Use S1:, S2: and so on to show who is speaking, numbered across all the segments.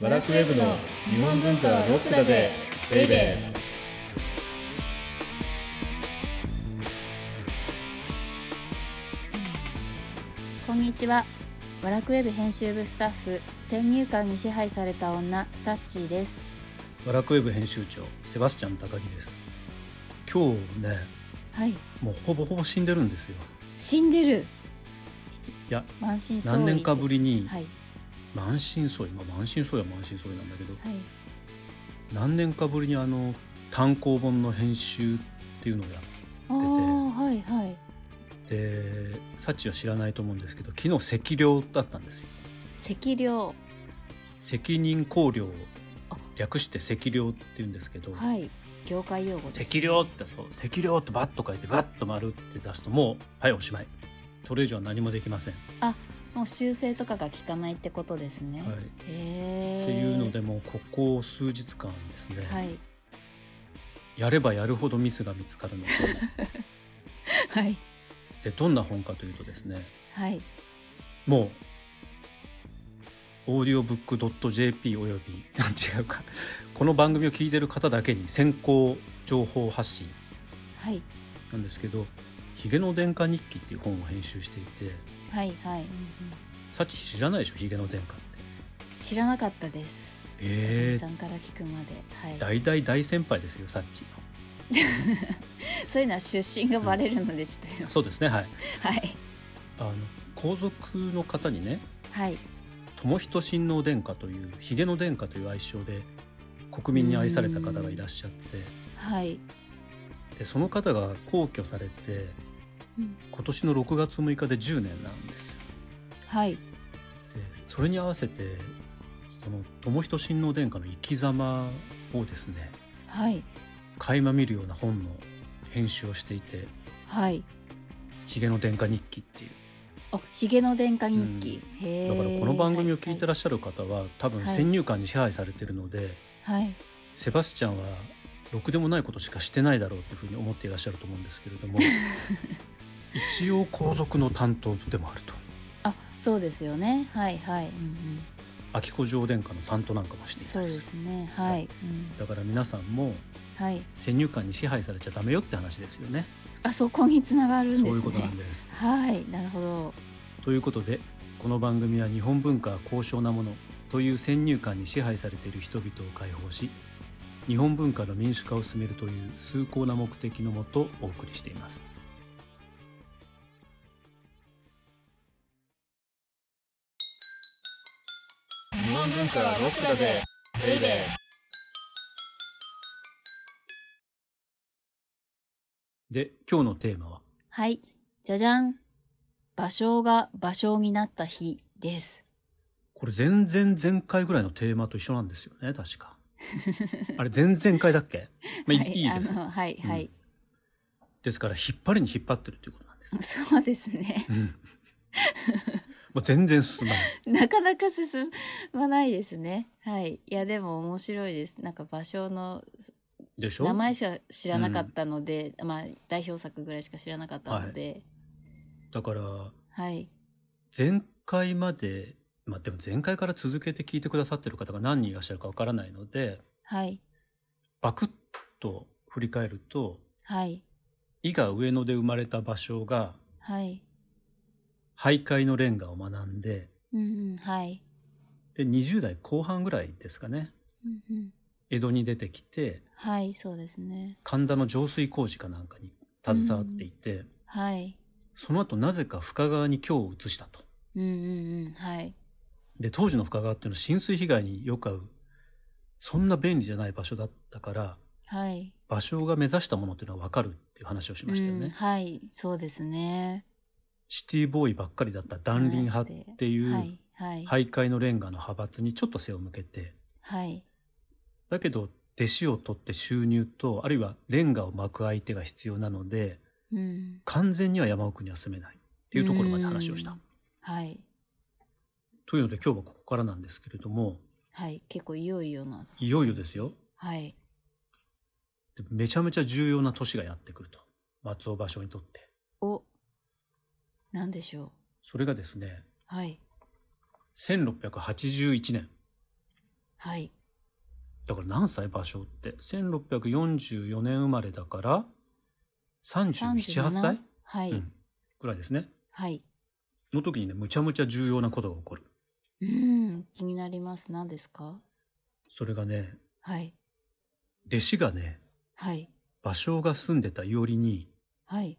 S1: バラクウェブの日本文化はロックだぜベイベー
S2: こんにちは。ワラクウェブ編集部スタッフ先入観に支配された女サッチーです。
S3: ワラクウェブ編集長セバスチャン高木です今日ね
S2: はい。
S3: もうほぼほぼ死んでるんですよ
S2: 死んでる。
S3: いや
S2: 満身創痍。
S3: 何年かぶりに
S2: はい
S3: 満身創痍まあ満身創痍は満身創痍なんだけど
S2: はい
S3: 何年かぶりにあの単行本の編集っていうのをやっ
S2: ああはいはい。
S3: てサッチは知らないと思うんですけど昨日赤涼だったんですよ
S2: 赤量
S3: 責任考慮
S2: あ
S3: 略して赤涼って言うんですけど、
S2: はい業界用語です。
S3: 赤涼ってそう赤涼ってバッと書いてバッと丸って出すともうはいおしまいそれ以上は何もできません
S2: もう修正とかが効かないってことですね。
S3: はい
S2: へえ。
S3: っていうのでもうここ数日間ですね、
S2: はい
S3: やればやるほどミスが見つ かるので
S2: はい
S3: でどんな本かというとですね
S2: はい
S3: もうオーディオブックドット JP および 違うかこの番組を聞いてる方だけに先行情報発信
S2: はい
S3: なんですけど「ヒゲの殿下日記」っていう本を編集していて
S2: はいはい。うんうん
S3: さっき知らないでしょヒゲの殿下って。
S2: 知らなかったです。
S3: え
S2: さんから聞くまで。はい。
S3: 大大大先輩ですよサッチ
S2: そういうのは出身がバレるのでちょっと、
S3: そうですねはい
S2: はい
S3: あの皇族の方にね
S2: はい
S3: 友仁親王殿下というひげの殿下という愛称で国民に愛された方がいらっしゃって
S2: はい、
S3: でその方が皇居されて今年の6月6日で10年なんですよ
S2: はい
S3: でそれに合わせてその友仁親王殿下の生き様をですね
S2: はい
S3: 垣間見るような本の編集をしていて
S2: はい
S3: 「ひげの殿下日記」っていう
S2: あひげの殿下日記、へ
S3: だからこの番組を聞いて
S2: ら
S3: らっしゃる方は多分
S2: はい
S3: 先入観に支配されてるので、
S2: はい
S3: セバスチャンはろくでもないことしかしてないだろうというふうに思っていらっしゃると思うんですけ れども一応皇族の担当でもあると
S2: あそうですよねはいはい、うんうん、
S3: 秋子女王殿下の担当なんかもしてい
S2: そ
S3: た
S2: う
S3: り
S2: ですす
S3: る
S2: ねはい、うん、
S3: だから皆さんも
S2: はい
S3: 先入観に支配されちゃダメよって話ですよね
S2: あそこにつながるんです
S3: そ
S2: ね
S3: ういうことなんです。
S2: はいなるほど
S3: ということでこの番組は日本文化は高尚なものという先入観に支配されている人々を解放し日本文化の民主化を進めるという崇高な目的のもとお送りしています。
S1: 日本文化はロックだぜベイベ
S3: で今日のテーマは
S2: はいじゃじゃん芭蕉が芭蕉になった日です
S3: これ全然前回ぐらいのテーマと一緒なんですよね確かあれ前々回だ っけ、まあ、いいいいです
S2: あのはいはい、
S3: ですから引っ張りに引っ張ってるということなんです、
S2: そうですね
S3: うん、もう全然進まない
S2: なかなか進まないですね。はい。いや、でも面白いです。なんか場所の
S3: でしょ
S2: 名前しか知らなかったので、まあ代表作ぐらいしか知らなかったので、
S3: だから
S2: はい。
S3: 前回までまあでも前回から続けて聞いてくださってる方が何人いらっしゃるかわからないので
S2: はい。
S3: バクッと振り返ると
S2: はい。
S3: 伊賀上野で生まれた場所が
S2: はい。
S3: 徘徊のレンガを学んで
S2: うんうん。はい。
S3: で20代後半ぐらいですかね
S2: うんうん。
S3: 江戸に出てきて
S2: はい。そうですね。
S3: 神田の浄水工事かなんかに携わっていて、
S2: はい。
S3: その後なぜか深川に京を移したと。
S2: うんうんうん。はい。
S3: で当時の深川っていうのは浸水被害によく遭うそんな便利じゃない場所だったから
S2: はい。
S3: 場所が目指したものっていうのは分かるっていう話をしましたよね。
S2: うんはい。そうですね。
S3: シティボーイばっかりだった断輪派ってい
S2: は
S3: う
S2: い。はい。
S3: 徘徊のレンガの派閥にちょっと背を向けて
S2: はい。
S3: だけど弟子を取って収入とあるいはレンガを巻く相手が必要なので
S2: うん。
S3: 完全には山奥には住めないっていうところまで話をし
S2: う
S3: た
S2: ん。はい。
S3: というので今日はここからなんですけれども
S2: はい。結構いよいよな。
S3: いよいよですよ
S2: はい。
S3: でめちゃめちゃ重要な都市がやってくると松尾芭蕉にとって
S2: お、なんでしょう。
S3: それがですね
S2: はい。
S3: 1681年
S2: はい
S3: だから何歳芭蕉って1644年生まれだから378歳、
S2: はい、
S3: うん、ぐらいですね
S2: はい
S3: の時にねむちゃむちゃ重要なことが起こる
S2: うん気になります何ですか
S3: それがね
S2: はい
S3: 弟子がね
S2: はい
S3: 芭蕉が住んでた伊織に
S2: はい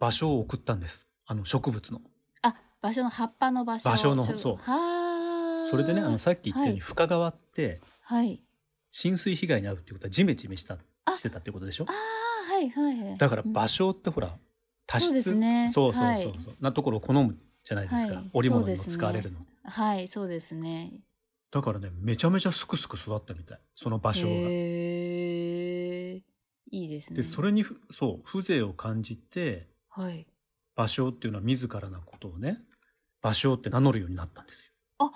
S3: 芭蕉を送ったんですあの植物の
S2: あ場所の葉っぱの場所
S3: 芭蕉のそう
S2: はー
S3: それでねあのさっき言ったように
S2: は
S3: 深川って
S2: い、はい、
S3: 浸水被害に遭うっていうことはジメジメした
S2: あ
S3: してたってことでしょ
S2: あーはいはいはい
S3: だから
S2: 場
S3: 芭
S2: 所
S3: 蕉ってほら多湿
S2: そうですね
S3: そうそうそうそう、
S2: は
S3: なところを好むじゃないですか、
S2: はい
S3: 織物に
S2: そうで
S3: も
S2: すね
S3: 使われるの、
S2: はいそうですね
S3: だからねめちゃめちゃすくすく育ったみたいその芭蕉が。
S2: へーいいですね
S3: でそれにふそう風情を感じて
S2: はい
S3: 芭蕉っていうのは自らのことをね芭蕉って名乗るようになったんですよ。
S2: あ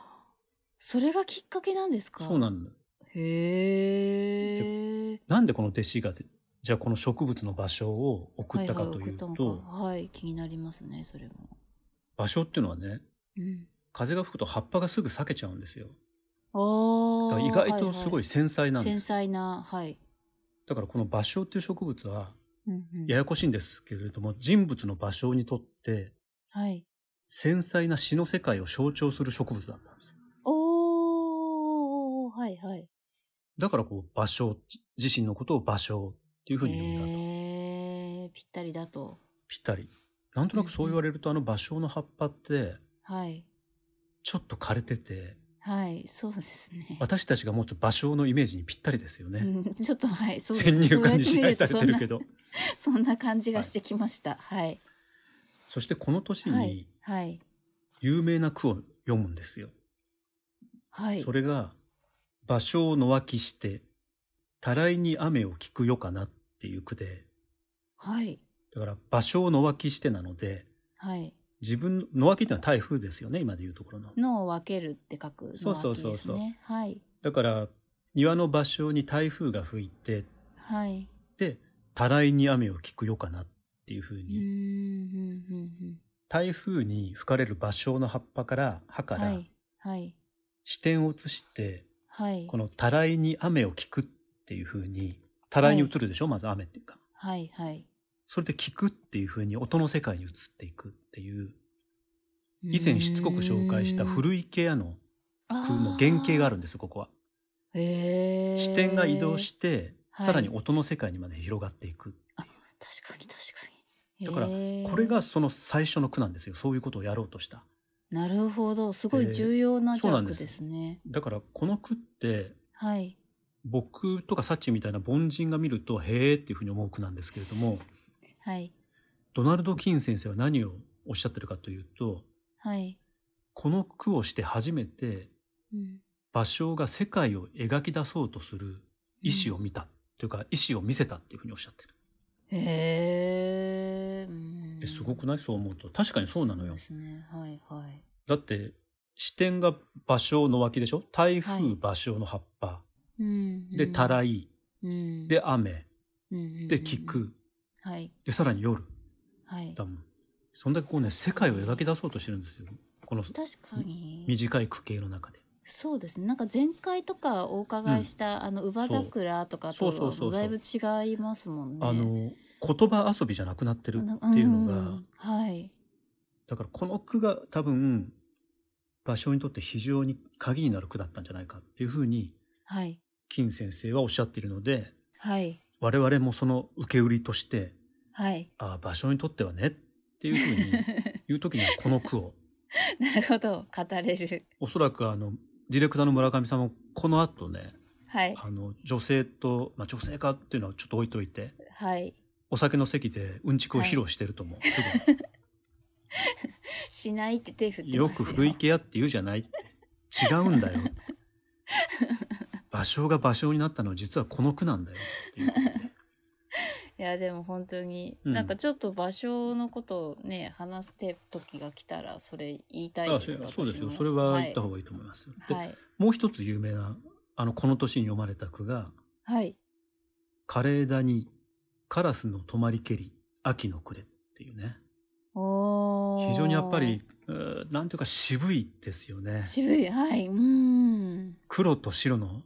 S2: それがきっかけなんですか
S3: そうなんだ
S2: へえ
S3: なんでこの弟子がでじゃあこの植物の芭蕉を送ったかというと、
S2: はいはい送ったのかはい気になりますねそれも、
S3: 芭蕉っていうのはね
S2: うん、
S3: 風が吹くと葉っぱがすぐ裂けちゃうんですよ。だ
S2: あ
S3: か
S2: あ
S3: ら意外とすごい繊細なんです。
S2: 繊細なはい、
S3: だからこの芭蕉っていう植物は
S2: うんうん
S3: ややこしいんですけれども人物の芭蕉にとって
S2: はい
S3: 繊細な詩の世界を象徴する植物だったんですよ
S2: おーはいはい
S3: だからこう芭蕉じ自身のことを芭蕉っていうふうに呼んだと、
S2: へえぴったりだと
S3: ぴったりなんとなくそう言われるとあの芭蕉の葉っぱって
S2: はい
S3: ちょっと枯れてて
S2: はいそうですね
S3: 私たちが持つ芭蕉のイメージにぴったりですよね、
S2: うん ちょっとはいそうです
S3: 先入観に支配されてるけ
S2: ど
S3: ど
S2: そんなそんな感じがしてきましたはい
S3: そしてこの年
S2: はい
S3: に
S2: はい
S3: 有名な句を読むんですよ、
S2: はい
S3: それが「芭蕉の脇してたらいに雨を聞くよかな」っていう句で
S2: はい
S3: だから芭蕉の脇してなので
S2: はい
S3: 自分の脇っていうのは台風ですよね今でいうところの
S2: のを分けるって書く
S3: そうそうそう
S2: のわけです
S3: そう
S2: ねはい
S3: だから庭の芭蕉に台風が吹いて
S2: はい
S3: でたらいに雨を聞くよかなっていうふう
S2: うんうん
S3: に、
S2: うん
S3: 台風に吹かれる芭蕉の葉っぱから葉
S2: う
S3: か
S2: んは
S3: ら
S2: いはい
S3: 視点を移して、
S2: はい
S3: このたらいに雨を聞くっていうふうにたらいに移るでしょ、まず雨っていうか
S2: はいはい
S3: それで聞くっていうふうに音の世界に移っていくっていう以前しつこく紹介した古池屋の句の原型があ
S2: る
S3: るんですよここは。
S2: へえ
S3: 視点が移動して、
S2: はい
S3: さらに音の世界にまで広がっていく、
S2: 確かに確かに
S3: だから
S2: へー
S3: これがその最初の句なんですよそういうことをやろうとした
S2: なるほどすご
S3: で
S2: い重要なジ
S3: そう
S2: ャ
S3: なん
S2: ン
S3: で
S2: ク
S3: す
S2: ですね
S3: だからこの句って
S2: はい
S3: 僕とかサッチみたいな凡人が見るとへえっていうふうに思う句なんですけれども
S2: はい
S3: ドナルド・キーン先生は何をおっしゃってるかというと
S2: はい、
S3: この句をして初めて
S2: うん、
S3: 芭蕉が世界を描き出そうとする意思を見た、というか意思を見せたっていうふうにおっしゃってる
S2: へーうん
S3: えすごくないそう思うと確かにそうなのよ
S2: ですねはいはい
S3: だって視点が芭蕉の脇でしょ台風
S2: はい
S3: 芭蕉の葉っぱ、
S2: うん
S3: でたらい
S2: うん
S3: で雨
S2: うんうんうん
S3: で聞く
S2: はい
S3: でさらに夜
S2: はい
S3: だもんそんだけこうね世界を描き出そうとしてるんですよこの
S2: 確かに
S3: 短い区形の中で
S2: そうですねなんか前回とかお伺いした、あの乳母桜とかと
S3: そうそうそうそう
S2: だいぶ違いますもんね
S3: あの言葉遊びじゃなくなってる
S2: あ
S3: っていうのが、
S2: んんはい
S3: だからこの句が多分芭蕉にとって非常に鍵になる句だったんじゃないかっていうふうに
S2: はい
S3: 金先生はおっしゃっているので
S2: はい
S3: 我々もその受け売りとして
S2: はい
S3: ああ芭蕉にとってはねっていうふうに言う時にはこの句を
S2: なるほど語れる
S3: おそらくあのディレクターの村上さんもこの後ね
S2: はい
S3: あの女性と、まあ、女性化っていうのはちょっと置いといて
S2: はい
S3: お酒の席でうんちくを披露してると 思う、す
S2: しないって手振っ
S3: ぐに
S2: て
S3: よ
S2: ます
S3: く古池屋って言うじゃないって違うんだよ芭蕉が芭蕉になったのは実はこの句なんだよっ ていうことで
S2: いやでも本当に、
S3: うん
S2: なんかちょっと場所のことをね話す時が来たらそれ言いたいで
S3: あそ
S2: す
S3: うそうですよ
S2: 私も
S3: それは言った方がいいと思いますよ、で
S2: はいはい、
S3: もう一つ有名なあのこの年に読まれた句が
S2: はい、
S3: 「枯れ枝にカラスの止まりけり秋の暮れ」っていうね
S2: おー
S3: 非常にやっぱりうーなんていうか渋いですよね
S2: 渋いはいうん
S3: 黒と白の、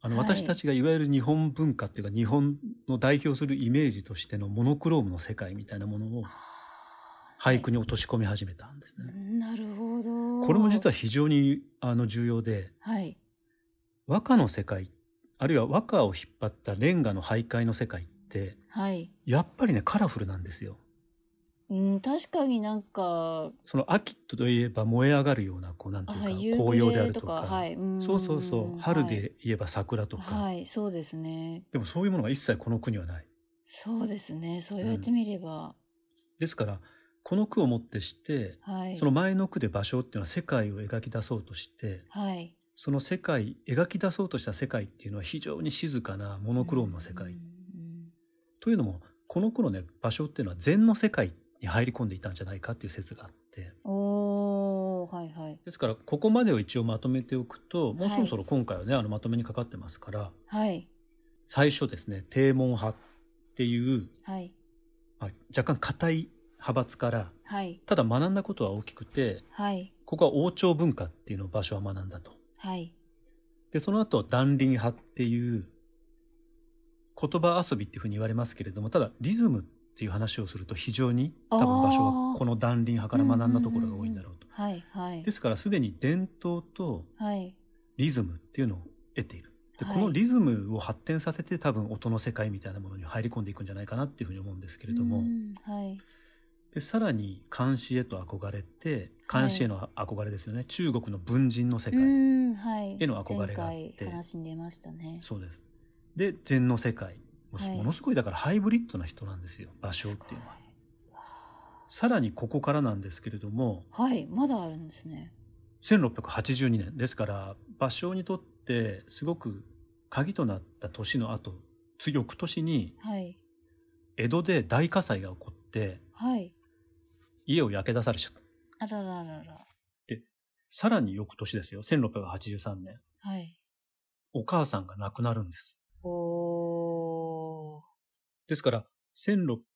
S3: あの、
S2: はい
S3: 私たちがいわゆる日本文化っていうか、日本の代表するイメージとしてのモノクロームの世界みたいなものを俳句に落とし込み始めたんですね。
S2: なるほど。
S3: これも実
S2: は、
S3: は非常にあの重要で、
S2: はい。
S3: 和歌の世界、あるいは和歌を引っ張ったレンガの徘徊の世界って、
S2: はい。
S3: やっぱりね、カラフルなんですよ。
S2: うん、確かになんか、
S3: その秋といえば燃え上がるような、こう、なんて
S2: は
S3: い
S2: い、
S3: うか、
S2: 夕
S3: 紅葉で
S2: 暮
S3: ある
S2: れ
S3: と
S2: と
S3: か、
S2: か、はい。ん
S3: そうそうそう、春で言えば桜とか、
S2: はい、はい、そうですね。
S3: でもそういうものが一切この国はない。
S2: そうですね。そう言われてみれば、
S3: ですから、この句をもってして、
S2: はい。
S3: その前の句で場所っていうのは世界を描き出そうとして、
S2: はい。
S3: その世界、描き出そうとした世界っていうのは非常に静かなモノクロームの世界。
S2: うんうん
S3: というのも、この頃ね、場所っていうのは禅の世界に入り込んでいたんじゃないかっていう説があって、
S2: うんおー、はいはい。
S3: ですから、ここまでを一応まとめておくと、もうそろそろ今回はね、あのまとめにかかってますから、
S2: はい。
S3: 最初ですね、帝門派っていう、
S2: はい。
S3: まあ、若干硬い派閥から、
S2: はい。
S3: ただ学んだことは大きくて、
S2: はい。
S3: ここは王朝文化っていうのを場所は学んだと。
S2: はい。
S3: で、その後、断輪派っていう、言葉遊びっていうふうに言われますけれども、ただ、リズムっていう話をすると非常に、多分場所はこの断輪派から学んだところが多いんだろうと。
S2: はい。はい。
S3: ですから、すでに伝統と
S2: はい。
S3: リズムっていうのを得ている。で、
S2: はい
S3: このリズムを発展させて多分音の世界みたいなものに入り込んでいくんじゃないかなっていうふうに思うんですけれど
S2: う
S3: も、
S2: んはい。
S3: でさらに漢詩へと憧れて、漢詩への憧れですよね。中国の文人の世界。
S2: うん、はい。
S3: への憧れがあって
S2: 前回話に出ましたね。
S3: そうです。で、禅の世界。もうす
S2: はい
S3: ものすごいだからハイブリッドな人なんですよ、芭蕉っていうのは。さらにここからなんですけれども、
S2: はい、まだあるんですね。
S3: 1682年。ですから、芭蕉にとってすごく鍵となった年の後、つ翌年に
S2: はい。
S3: 江戸で大火災が起こって、
S2: はい。
S3: 家を焼け出されちゃった。
S2: あらららら。
S3: さらに翌年ですよ、1683年。
S2: はい。
S3: お母さんが亡くなるんです。
S2: おー。
S3: ですから、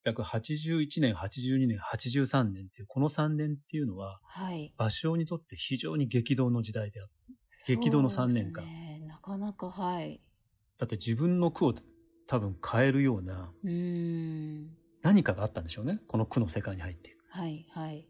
S3: 1681年、82年、83年っていう、この3年っていうのは、
S2: はい。
S3: 芭蕉にとって非常に激動の時代であった。激動の
S2: そう
S3: 3
S2: です
S3: 年間
S2: ねなかなか、はい。
S3: だって自分の句を多分変えるような
S2: うーん。
S3: 何かがあったんでしょうね。この句の世界に入っていく。
S2: はい、はい。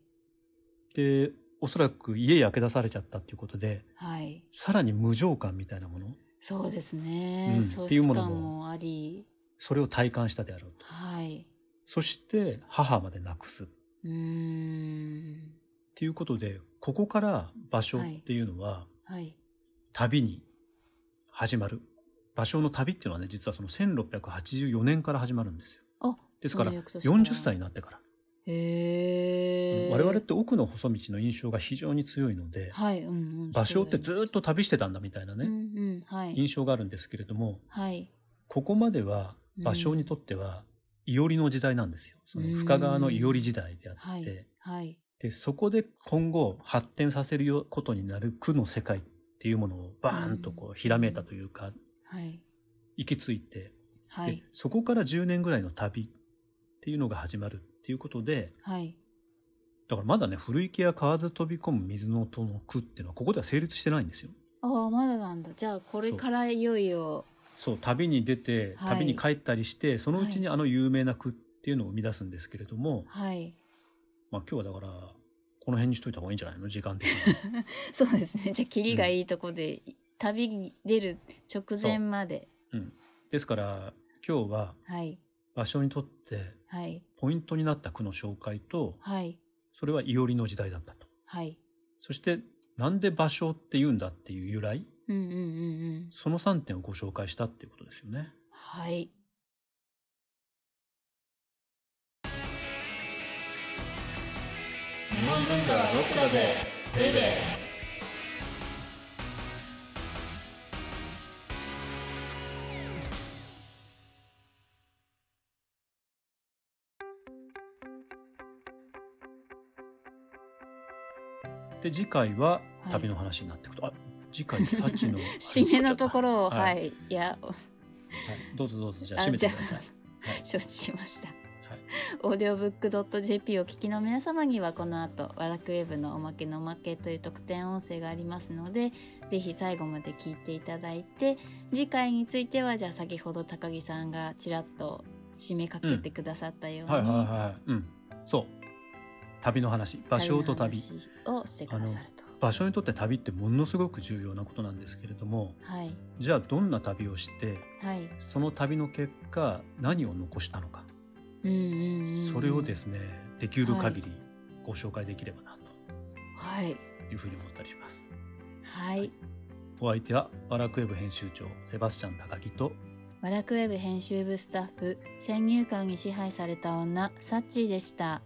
S3: で、おそらく家焼け出されちゃったっていうことで、
S2: はい。
S3: さらに無情感みたいなもの、
S2: そうです
S3: う
S2: ね。
S3: ん
S2: 喪
S3: っていうも
S2: 失
S3: の
S2: 感
S3: も
S2: もあり。
S3: それを体感したであろうと。
S2: はい。
S3: そして、母まで亡くす。っ
S2: うーん。
S3: ていうことで、ここから芭蕉っていうのは、
S2: はい。
S3: 旅に始まる。芭蕉の旅っていうのはね、実はその1684年から始まるんですよ。
S2: あ、
S3: ですから、
S2: そういうことですね
S3: 40歳になってから。
S2: へー。
S3: 我々って奥の細道の印象が非常に強いので、
S2: はい、うんうん。
S3: 芭蕉ってずっと旅してたんだみたいな
S2: と
S3: ね、
S2: うんうん、はい。
S3: 印象があるんですけれども、
S2: はい。
S3: ここまでは
S2: うん
S3: 芭蕉にとっては、いおりの時代なんですよ。その深川のいおり時代であ
S2: は
S3: っ
S2: い
S3: て、。
S2: はい。
S3: で、そこで今後発展させるよことになる区の世界っていうものをバーンとこう、ひらめいたというか、
S2: はい。
S3: 行き着いて、
S2: は
S3: で
S2: い。、
S3: そこから10年ぐらいの旅っていうのが始まるっていうことで、
S2: はい。
S3: だからまだね、古池や川津飛び込む水の音の句っていうのは、ここでは成立してないんですよ。
S2: ああ、まだなんだ。じゃあ、これからいよいよ。
S3: そう、旅に出て、
S2: はい
S3: 旅に帰ったりして、そのうちにあの有名な句っていうのを生み出すんですけれども、
S2: はい。
S3: まあ今日はだから、この辺にしといた方がいいんじゃないの時間的に。
S2: そうですね。じゃあ、キリがいいとこで、旅に出る直前まで。
S3: ですから、今日は
S2: はい。
S3: 場所にとって
S2: はい。
S3: ポイントになった句の紹介と、
S2: はい。
S3: それはいおりの時代だったと。
S2: はい。
S3: そして、なんで場所って言うんだっていう由来、
S2: うんうんうんうん。
S3: その3点をご紹介したっていうことですよね。
S2: はい。
S1: 日本文化はロックだぜベイベー
S3: で、次回は旅の話になっていくと。あ、次回、サチの。
S2: 締めのところを、は。
S3: はいい。
S2: い、や、
S3: はいどうぞどうぞ、じゃあ
S2: あ
S3: 締めてください。
S2: 承知しました。
S3: はい
S2: オーディオブックドット JP をお聞きの皆様にはこの後ワラクウェブのおまけのおまけという特典音声がありますのでぜひ最後まで聞いていただいて次回についてはじゃあ先ほど高木さんがちらっと締めかけてくださったように、
S3: はいはいはい。うん。そう。旅の話、場所と旅。
S2: 旅の話をしてくださると。
S3: 場所にとって旅ってものすごく重要なことなんですけれども、
S2: はい
S3: じゃあどんな旅をして、
S2: はい。
S3: その旅の結果、何を残したのか。
S2: うんうんうん
S3: それをですね、できる限りご紹介できればな
S2: はい
S3: というふうに思ったりします。
S2: はい。
S3: お相手は、ワラクウェブ編集長、セバスチャン高木と、
S2: ワラクウェブ編集部スタッフ先入観に支配された女サッチーでした。